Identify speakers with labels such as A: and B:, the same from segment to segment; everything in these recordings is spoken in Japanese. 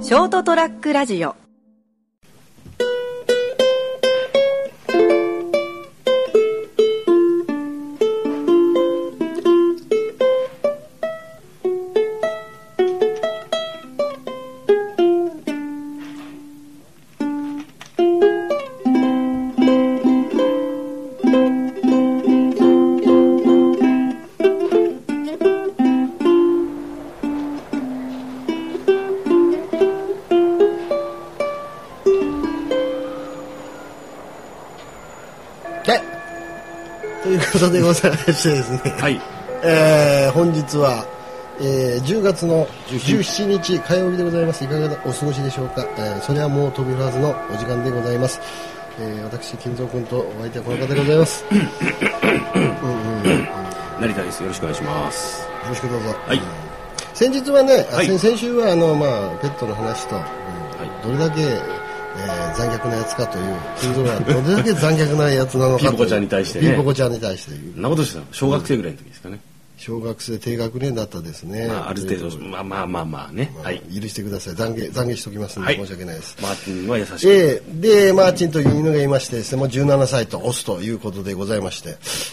A: ショートトラックラジオ
B: はい。ということでございましてですね、
C: はい。
B: えー本日は、えー10月の
C: 17
B: 17日火曜日でございます。いかがお過ごしでしょうか。えーそれはもう飛び降らずのお時間でございます。えー私、金蔵君とお相手はこの方でございます。うんうん、よ
C: 成田です。よろしくお願いします。
B: ろしくどうぞ。
C: はい。
B: 先日はね、あ
C: はい
B: 先先週はあの、まあ、ペットの話と、うん
C: い
B: どれだけ、えー残虐なやつかという、金蔵はどれだけ残虐なやつなのか という。
C: ピーポコちゃんに対してね
B: ピーポコちゃんに対していう。
C: そんなことしたの小学生ぐらいの時ですかね。
B: 小学生低学年だったですね。
C: まあ、ある程度、まあまあまあまあね。
B: まあ
C: はい。
B: 許してください。懺悔、懺悔しておきますので、
C: は
B: 申
C: い
B: し訳ないです。
C: マーティンは優しく。
B: ええで、マーチンという犬がいましてですね、もう17歳とオスということでございまして、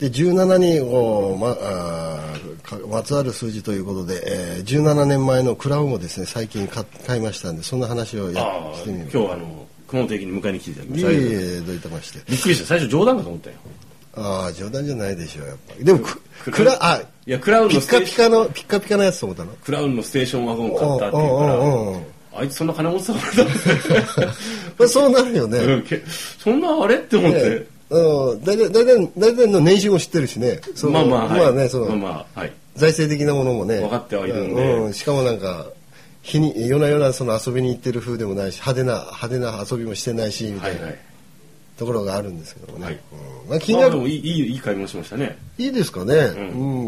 B: で、17にこうまあーかまつわる数字ということで、えー17年前のクラウンをですね、最近買買いましたんで、そんな話をや
C: ああ、
B: してみ
C: 今
B: よう
C: 日はあの、熊本駅に迎えに来ていただきま
B: いえ
C: した。
B: いえ、どういたまして。
C: びっくりした。最初冗談かと思ったよ。
B: ああ、冗談じゃないでしょう、やっぱり。でも、く、くら、あ、
C: いや、クラウン
B: ピ
C: の
B: ッ
C: ステ
B: カ
C: ー
B: ピ
C: ション、
B: カの、ピッカピカのやつと思ったの
C: クラウンのステーションワゴンを買ったって
B: うんうん
C: いううん
B: うん
C: から、あいつそんな金持ってたの
B: まあそうなるよね。
C: うんけそんなあれって思って
B: ね。うん、大体、大体、大体の年収も知ってるしね。その
C: まあまあ、はい。
B: まあね、その、
C: まあまあ、はい。
B: 財政的なものもね。
C: 分かってはいるんで
B: うん、しかもなんか、日に、夜な夜なその遊びに行ってる風でもないし、派手な、派手な遊びもしてないし、み
C: は
B: たい
C: い
B: な
C: はい。
B: ところがあるんですけどもね。
C: はい
B: うんまあ、金
C: まあ
B: 額、
C: でもいい、いい、いい買い物しましたね。
B: いいですかね、う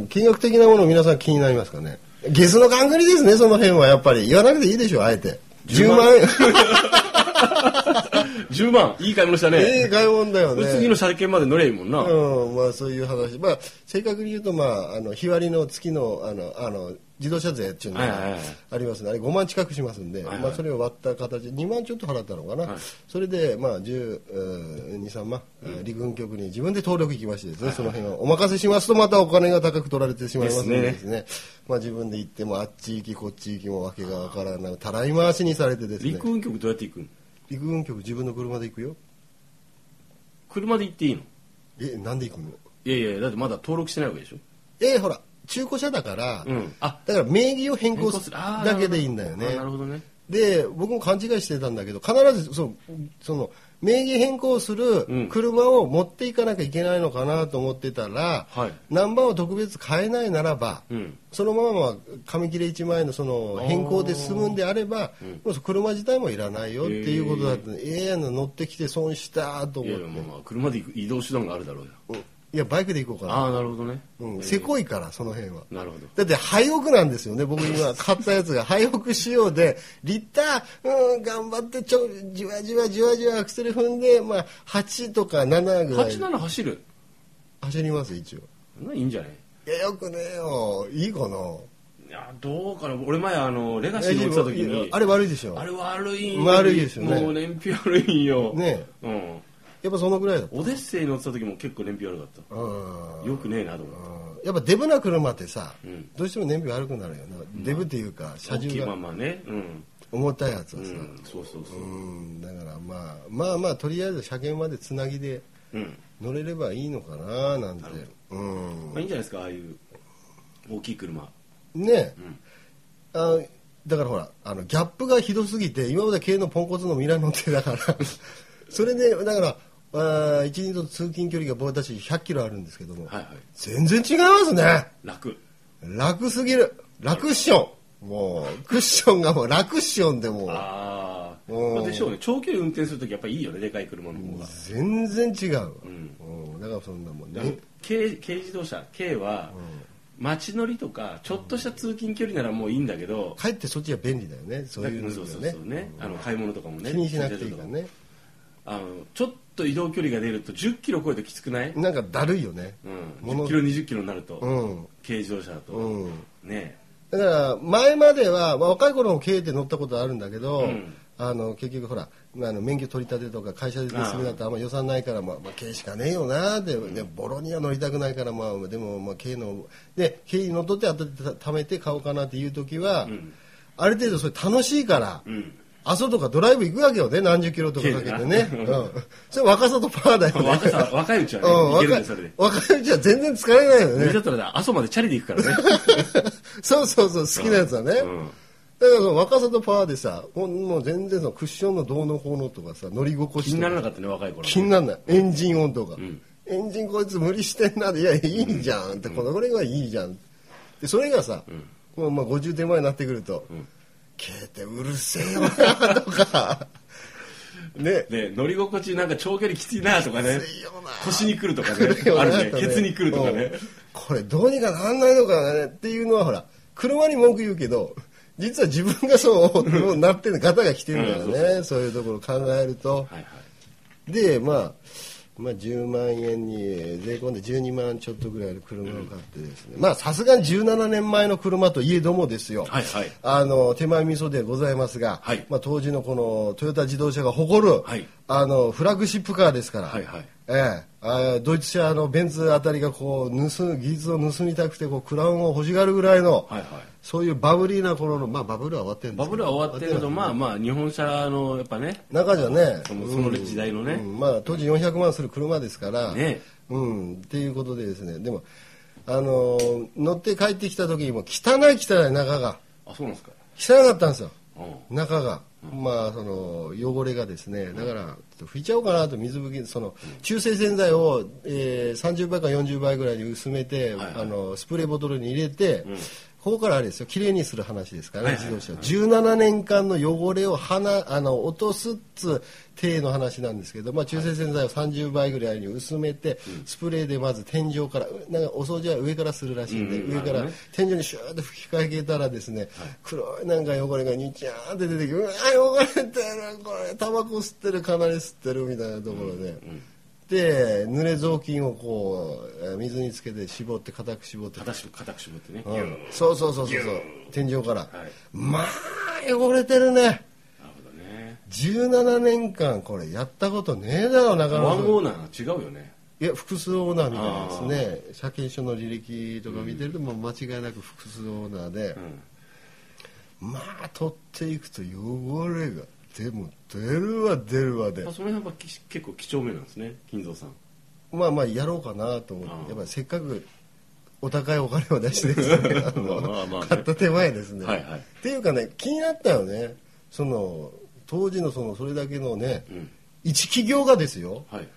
B: ん。金額的なもの皆さん気になりますかね。ゲスの勘繰りですね、その辺はやっぱり。言わなくていいでしょ、あえて。10
C: 10
B: 万
C: 万
B: 円。
C: 10万、いい買い物したね。
B: ええ 買い物だよね。
C: 次の車検まで乗れへんもんな。
B: うん、まあそういう話、まあ、正確に言うと、まあ、あの日割りの月のあのあの自動車税っていうの
C: はいはい
B: が
C: はい
B: ありますね、あれ5万近くしますんで、
C: はいはい
B: まあ、それを割った形で、2万ちょっと払ったのかな、
C: はい
B: それで、まあ、10、2、3万、陸軍局に自分で登録行きましてですね、その辺をお任せしますと、またお金が高く取られてしまいますので
C: で
B: です
C: す
B: ね、まあ、自分で行っても、あっち行き、こっち行きもわけがわからない、たらい回しにされてですね、
C: 陸運局どうやって行くの
B: 陸軍局、自分の車で行くよ、
C: 車で行っていいの
B: え、なんで行くの
C: いやいや、だってまだ登録してないわけでしょ
B: えーほら中古車だから、
C: うんあ
B: だから名義を変更する
C: あー
B: だけでいいんだよね
C: なるほどね。
B: で僕も勘違いしてたんだけど必ずそうその名義変更す
C: う
B: る
C: ん
B: 車を持っていかなきゃいけないのかなと思ってたら、
C: はい
B: ナンバーを特別変えないならば、
C: うん
B: そのまま紙切れ1枚のその変更で済むんであれば、もう車自体もいらないよっていうことだったんでええやんの乗ってきて損したと
C: い
B: 思っ
C: やい
B: て
C: や、まあまあ、車で行く移動手段があるだろうよ。
B: うんいやバイクで行こうかな、
C: ああ、なるほどね。
B: うん、せこいからその辺は。
C: なるほど。
B: だって、廃屋なんですよね。僕今買ったやつが、廃屋仕様で、リッター、うん、頑張って、ちょ、じわじわじわじわアクセル踏んで、まあ、8とか7ぐらい
C: 87走る。
B: 走ります、一応。
C: そんなんいいんじゃない
B: いや、よくねえよ。いいかない
C: や、どうかな。俺前、あの、レガシー乗ってた時
B: いや
C: に。
B: あれ悪いでしょ。
C: あ
B: や
C: れ悪いん
B: 悪いですよね
C: もう燃費悪いんよ。
B: ね
C: うん。
B: っぱそのぐらいだった。
C: オデッセイ乗ってた時も結構燃費悪かっ
B: うん
C: た。。よくねえなと思って。
B: やっぱデブな車ってさ、
C: うん
B: どうしても燃費悪くなるよな。デブっていうか、車
C: 大きい
B: 重
C: ま
B: が
C: まね。うん。
B: 重たいやつは
C: う
B: さ。
C: ん。そうそうそうう。
B: ん、だからまあ、まあまあ、とりあえず車検までつなぎで、
C: うん。
B: 乗れればいいのかななんてうん
C: まあいいんじゃないですか、ああいう大きい車。
B: ねえ、あだからほらあのギャップがひどすぎて今まで経営のポンコツのミラノってだから それでだからあー一日の通勤距離が僕たち100キロあるんですけども、
C: はいはい。
B: 全然違いますね
C: 楽。
B: 楽すぎる楽ッションもうクッションがもう楽ッションでもう
C: ああ、
B: うん
C: まあ、でしょうね長距離運転するときやっぱりいいよねでかい車の方が、
B: 全然違う、
C: うん
B: うん、だからそんなもん
C: だから
B: ね
C: 軽軽自動車軽は街乗りとかちょっとした通勤距離ならもういいんだけど、
B: かえってそっちは便利だよねそういうの
C: そう
B: だ
C: そ
B: よ
C: う
B: ね
C: そうそうね、あの買い物とかもね
B: 気にしなくていいからね
C: あのちょっと移動距離が出ると1 0キロ超えるときつくない、うん
B: なんかだるいよね、
C: 1 0キロ2 0キロになると、
B: うん
C: 軽自動車だと、
B: うん
C: ね
B: だからから前までは、まあ、若い頃も経営って乗ったことあるんだけど、
C: うん
B: あの結局ほらあの免許取り立てとか会社で住みだとあんま予算ないから、まあまあ、経営しかねえよなで、でボロには乗りたくないから、まあ、でも、まあ、経営ので経営に乗っ取ってあた貯めて買おうかなっていう時は、
C: ん
B: ある程度それ楽しいから。
C: うん
B: 阿蘇とかドライブ行くわけよね何十キロとかかけてね、うん、それ若さとパーだよね
C: 若さ若いうちはね
B: うん
C: いける
B: 若
C: ね
B: い
C: それで
B: 若いうちは全然疲れないよ
C: 無理
B: ね
C: だったら阿蘇までチャリで行くからね
B: そうそうそう好きなやつはね、
C: うん
B: だからその若さとパワーでさもうもう全然そのクッションのどうのこうのとかさ乗り心地
C: 気
B: と
C: にならなかったね若い頃
B: 気にならないエンジン音とか、エンジンこいつ無理してんなでいやいいじゃんって、このぐらいはいいじゃんでそれがさ、もうまあ50手前になってくると「け、えってうるせえよな」と かね
C: で乗り心地なんか長距離きついなとかね
B: いよな
C: 腰に来るとかね
B: 来るよ
C: あ
B: ね
C: るねケツに来るとかね
B: うんこれどうにかなんないのかねっていうのはほら車に文句言うけど実は自分がそうもうなってる方が来てるからね、
C: うんそ
B: そう
C: う
B: いうところを考えると、
C: はいはい
B: で、まあ、まあ10万円にえー税込んで12万ちょっとぐらいの車を買ってですね、まあさすがに17年前の車といえどもですよ、
C: はいはい
B: あの手前味噌ではございますが、
C: はい
B: まあ、当時のこのトヨタ自動車が誇る、
C: はい
B: あのフラッグシップカーですから、
C: はいはい
B: ええあドイツ車のベンツあたりがこう盗む技術を盗みたくてこうクラウンを欲しがるぐらいの、
C: はいはい
B: そういうバブリーな頃の、まあ、バブルは終わってるんで
C: バ
B: す
C: ブルは終わってるけどまあまあ日本車のやっぱね
B: 中じゃね
C: そのその時代のね
B: うんまあ、当時400万する車ですから、
C: ね
B: うん、っていうことでですねでもあのー乗って帰ってきた時にも汚い汚い中が
C: あそうなんですか
B: 汚かったんですよ
C: うん
B: 中が、まあその汚れがですねだからちょっと拭いちゃおうかなと水拭きその中性洗剤を、えー30倍か40倍ぐらいに薄めて、
C: はいはい
B: あのスプレーボトルに入れて、ここからあれですよきれいにする話ですからね、
C: はいはいはい
B: 自動車17年間の汚れをはなあの落とすっつ体の話なんですけど、まあ、中性洗剤を30倍ぐらいに薄めて、スプレーでまず天井からなんかお掃除は上からするらしいんで、
C: うん
B: 上か
C: なる
B: ら
C: ほどね
B: 天井にシューって吹きかけたらですね、黒いなんか汚れがにちゃーって出てきてうわー汚れてるこれタバコ吸ってるかなり吸ってるみたいなところで、で濡れ雑巾をこうえー水につけて絞って固く絞って、
C: 硬く硬く絞ってね
B: うん
C: ギュー
B: そうそうそうそうそう天井から、
C: はい
B: まあ汚れてるね
C: なるほどね
B: 17年間これやったことねえだろなかなか
C: ワンオーナーが違うよね
B: いや複数オーナーみたいですね車検証の履歴とか見てると、もう間違いなく複数オーナーで、
C: うん
B: まあ取っていくと汚れがでも出るわ出るわで
C: まあその辺はき結構貴重めなんですね金蔵さん
B: まあまあやろうかなと思っ
C: ああ
B: てやっぱりせっかくお高いお金を出してですねあの
C: まあまあまあね
B: 買った手前ですね、
C: はいはい
B: っていうかね気になったよねその当時のそのそれだけのね、
C: うん
B: 一企業がですよ
C: はい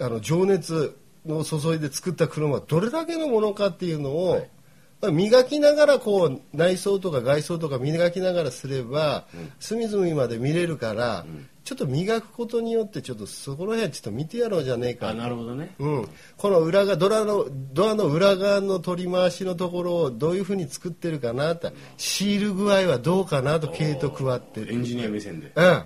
B: あの情熱を注いで作った車はどれだけのものかっていうのを、磨きながらこう内装とか外装とか磨きながらすれば、隅々まで見れるから、ちょっと磨くことによってちょっとそこら辺ちょっと見てやろうじゃねえか
C: あなるほどね
B: うん、この裏側ドラのドアの裏側の取り回しのところをどういうふうに作ってるかなってシール具合はどうかなと毛糸加わって
C: エンジニア目線で
B: うん
C: お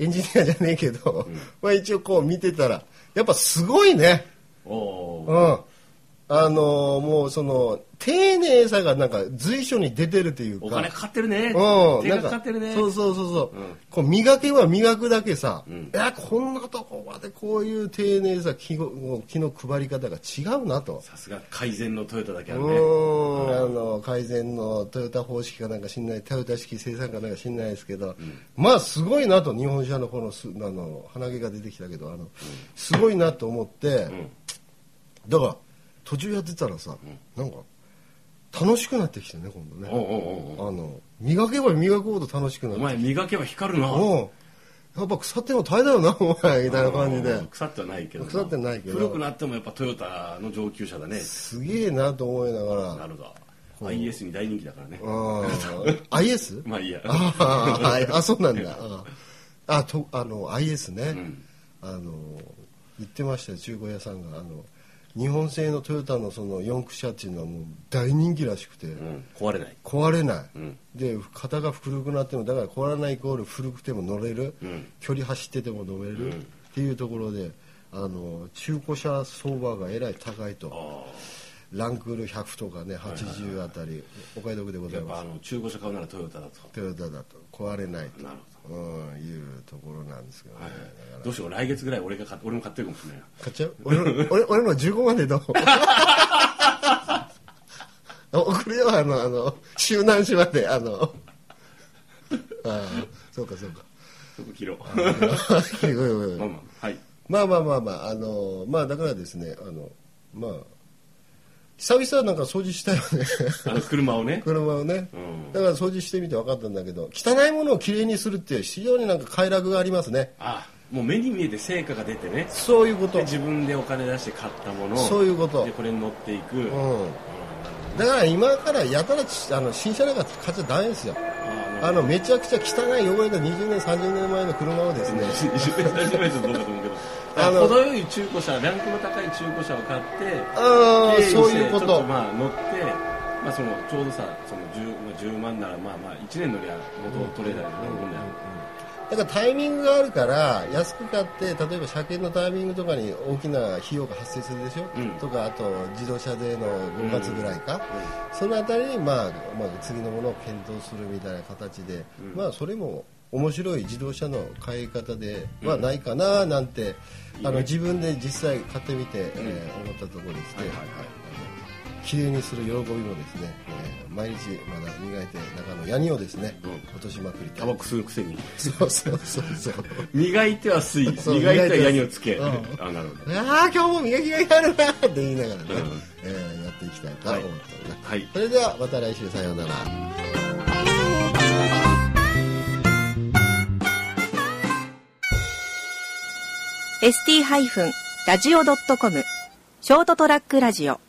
B: エンジニアじゃねえけど、まあ一応こう見てたらやっぱすごいね、
C: お
B: う
C: ー
B: ん、あのーもうその丁寧さがなんか随所に出てるというか
C: お金かかってるね
B: うん、
C: 手
B: な
C: が
B: ん
C: かかってるね
B: そうそうそうそう、
C: うん
B: こう磨けば磨くだけさ、
C: ん
B: いやこんなとこまでこういう丁寧さ気の気の配り方が違うなと、
C: さすが改善のトヨタだけあ
B: う
C: るね
B: ーんあの改善のトヨタ方式かなんか知んないトヨタ式生産かなんか知んないですけど、まあすごいなと日本車のこのすあの鼻毛が出てきたけどあのすごいなと思って、
C: ん
B: だから途中やってたらさ、なんか楽しくなってきてね今度ね
C: おうおうおうおう
B: あの磨けば磨くほど楽しくな
C: お
B: る
C: 前磨けば光るな
B: うんやっぱ腐ってんの大変だよなお前みたいな感じで
C: 腐ってはないけどな
B: 腐ってないけど
C: 古くなってもやっぱトヨタの上級者だね
B: すげえなと思いなが
C: な
B: ら
C: るほど IS に大人気だからね
B: うん IS?
C: まあいいや
B: ああはいあそうなんだあああとあの IS ね、
C: ん
B: あの言ってましたよ中古屋さんがあの日本製のトヨタのその四駆車っていうのはもう大人気らしくて、
C: うん壊れない
B: 壊れない、
C: ん
B: で型が古くなってもだから壊れないイコール古くても乗れる、
C: うん
B: 距離走ってても乗れる、っていうところであの中古車相場がえらい高いと
C: ああ
B: ランクール100とかね80あたりお買い得でござ
C: や
B: い
C: っぱ
B: ま
C: あ
B: す
C: の中古車買うならトヨタだと
B: トヨタだと壊れないと
C: なる
B: うん、いうところなんですけどね、
C: どうしよう来月ぐらい俺が買っ俺も買ってるかもしれないな
B: 買っちゃう俺の俺俺の15までどう 送るよあのあの周南市まであのああそうかそうか
C: そこ切ろう
B: ごめんごめんごめん
C: まあまあはい
B: まあまあまあまあ、あのまあだからですね、あの、まあ、久々なんか掃除したよね。
C: あの車をね
B: 車をね、
C: うん
B: だから掃除してみて分かったんだけど、汚いものをきれいにするって非常になんか快楽がありますね。
C: あもう目に見えて成果が出てね
B: そういうこと。
C: で
B: うん。
C: 自分でお金出して買ったものを
B: そういうこと
C: でこれに乗っていく、
B: だから今からやたらちあの新車なんか買っちゃダメですよ。
C: あ
B: あのめちゃくちゃ汚い汚れた20年30年前の車をですね、
C: 20年30年ちょっとどうかと思うけど
B: あの
C: 程よい中古車ランクの高い中古車を買って
B: ああ
C: 経由して
B: そういうこ
C: ちょっ
B: と。
C: まあ乗って、まあ、そのちょうどさその 10, まあ10万ならまあまあ1年乗りゃ元取れたりとかもんだよ
B: だからタイミングがあるから安く買って例えば車検のタイミングとかに大きな費用が発生するでしょ、
C: うん
B: とかあと自動車税の5月ぐらいか、そのあたりに、まあまあ、次のものを検討するみたいな形で、
C: うん
B: まあそれも面白い自動車の買い方ではないかななんて、
C: うん
B: あ
C: いいね
B: の自分で実際買ってみて、えー思ったところですね、
C: はいはい
B: あ
C: はい
B: の綺麗にする喜びもですね、えー毎日まだ磨いて中のヤニをですね、
C: うん
B: 落としまくりたい
C: タバコ吸うくせに
B: そうそうそうそう。
C: 磨いては水
B: そう
C: 磨いてはヤニをつけ、
B: うん
C: あなるほど
B: ああ、今日も磨きがいがあるなって言いながらね、
C: うん
B: えーやっていきたいと思っております。
C: はい
B: それではまた来週さようなら。
A: ST-radio.com ショートトラックラジオ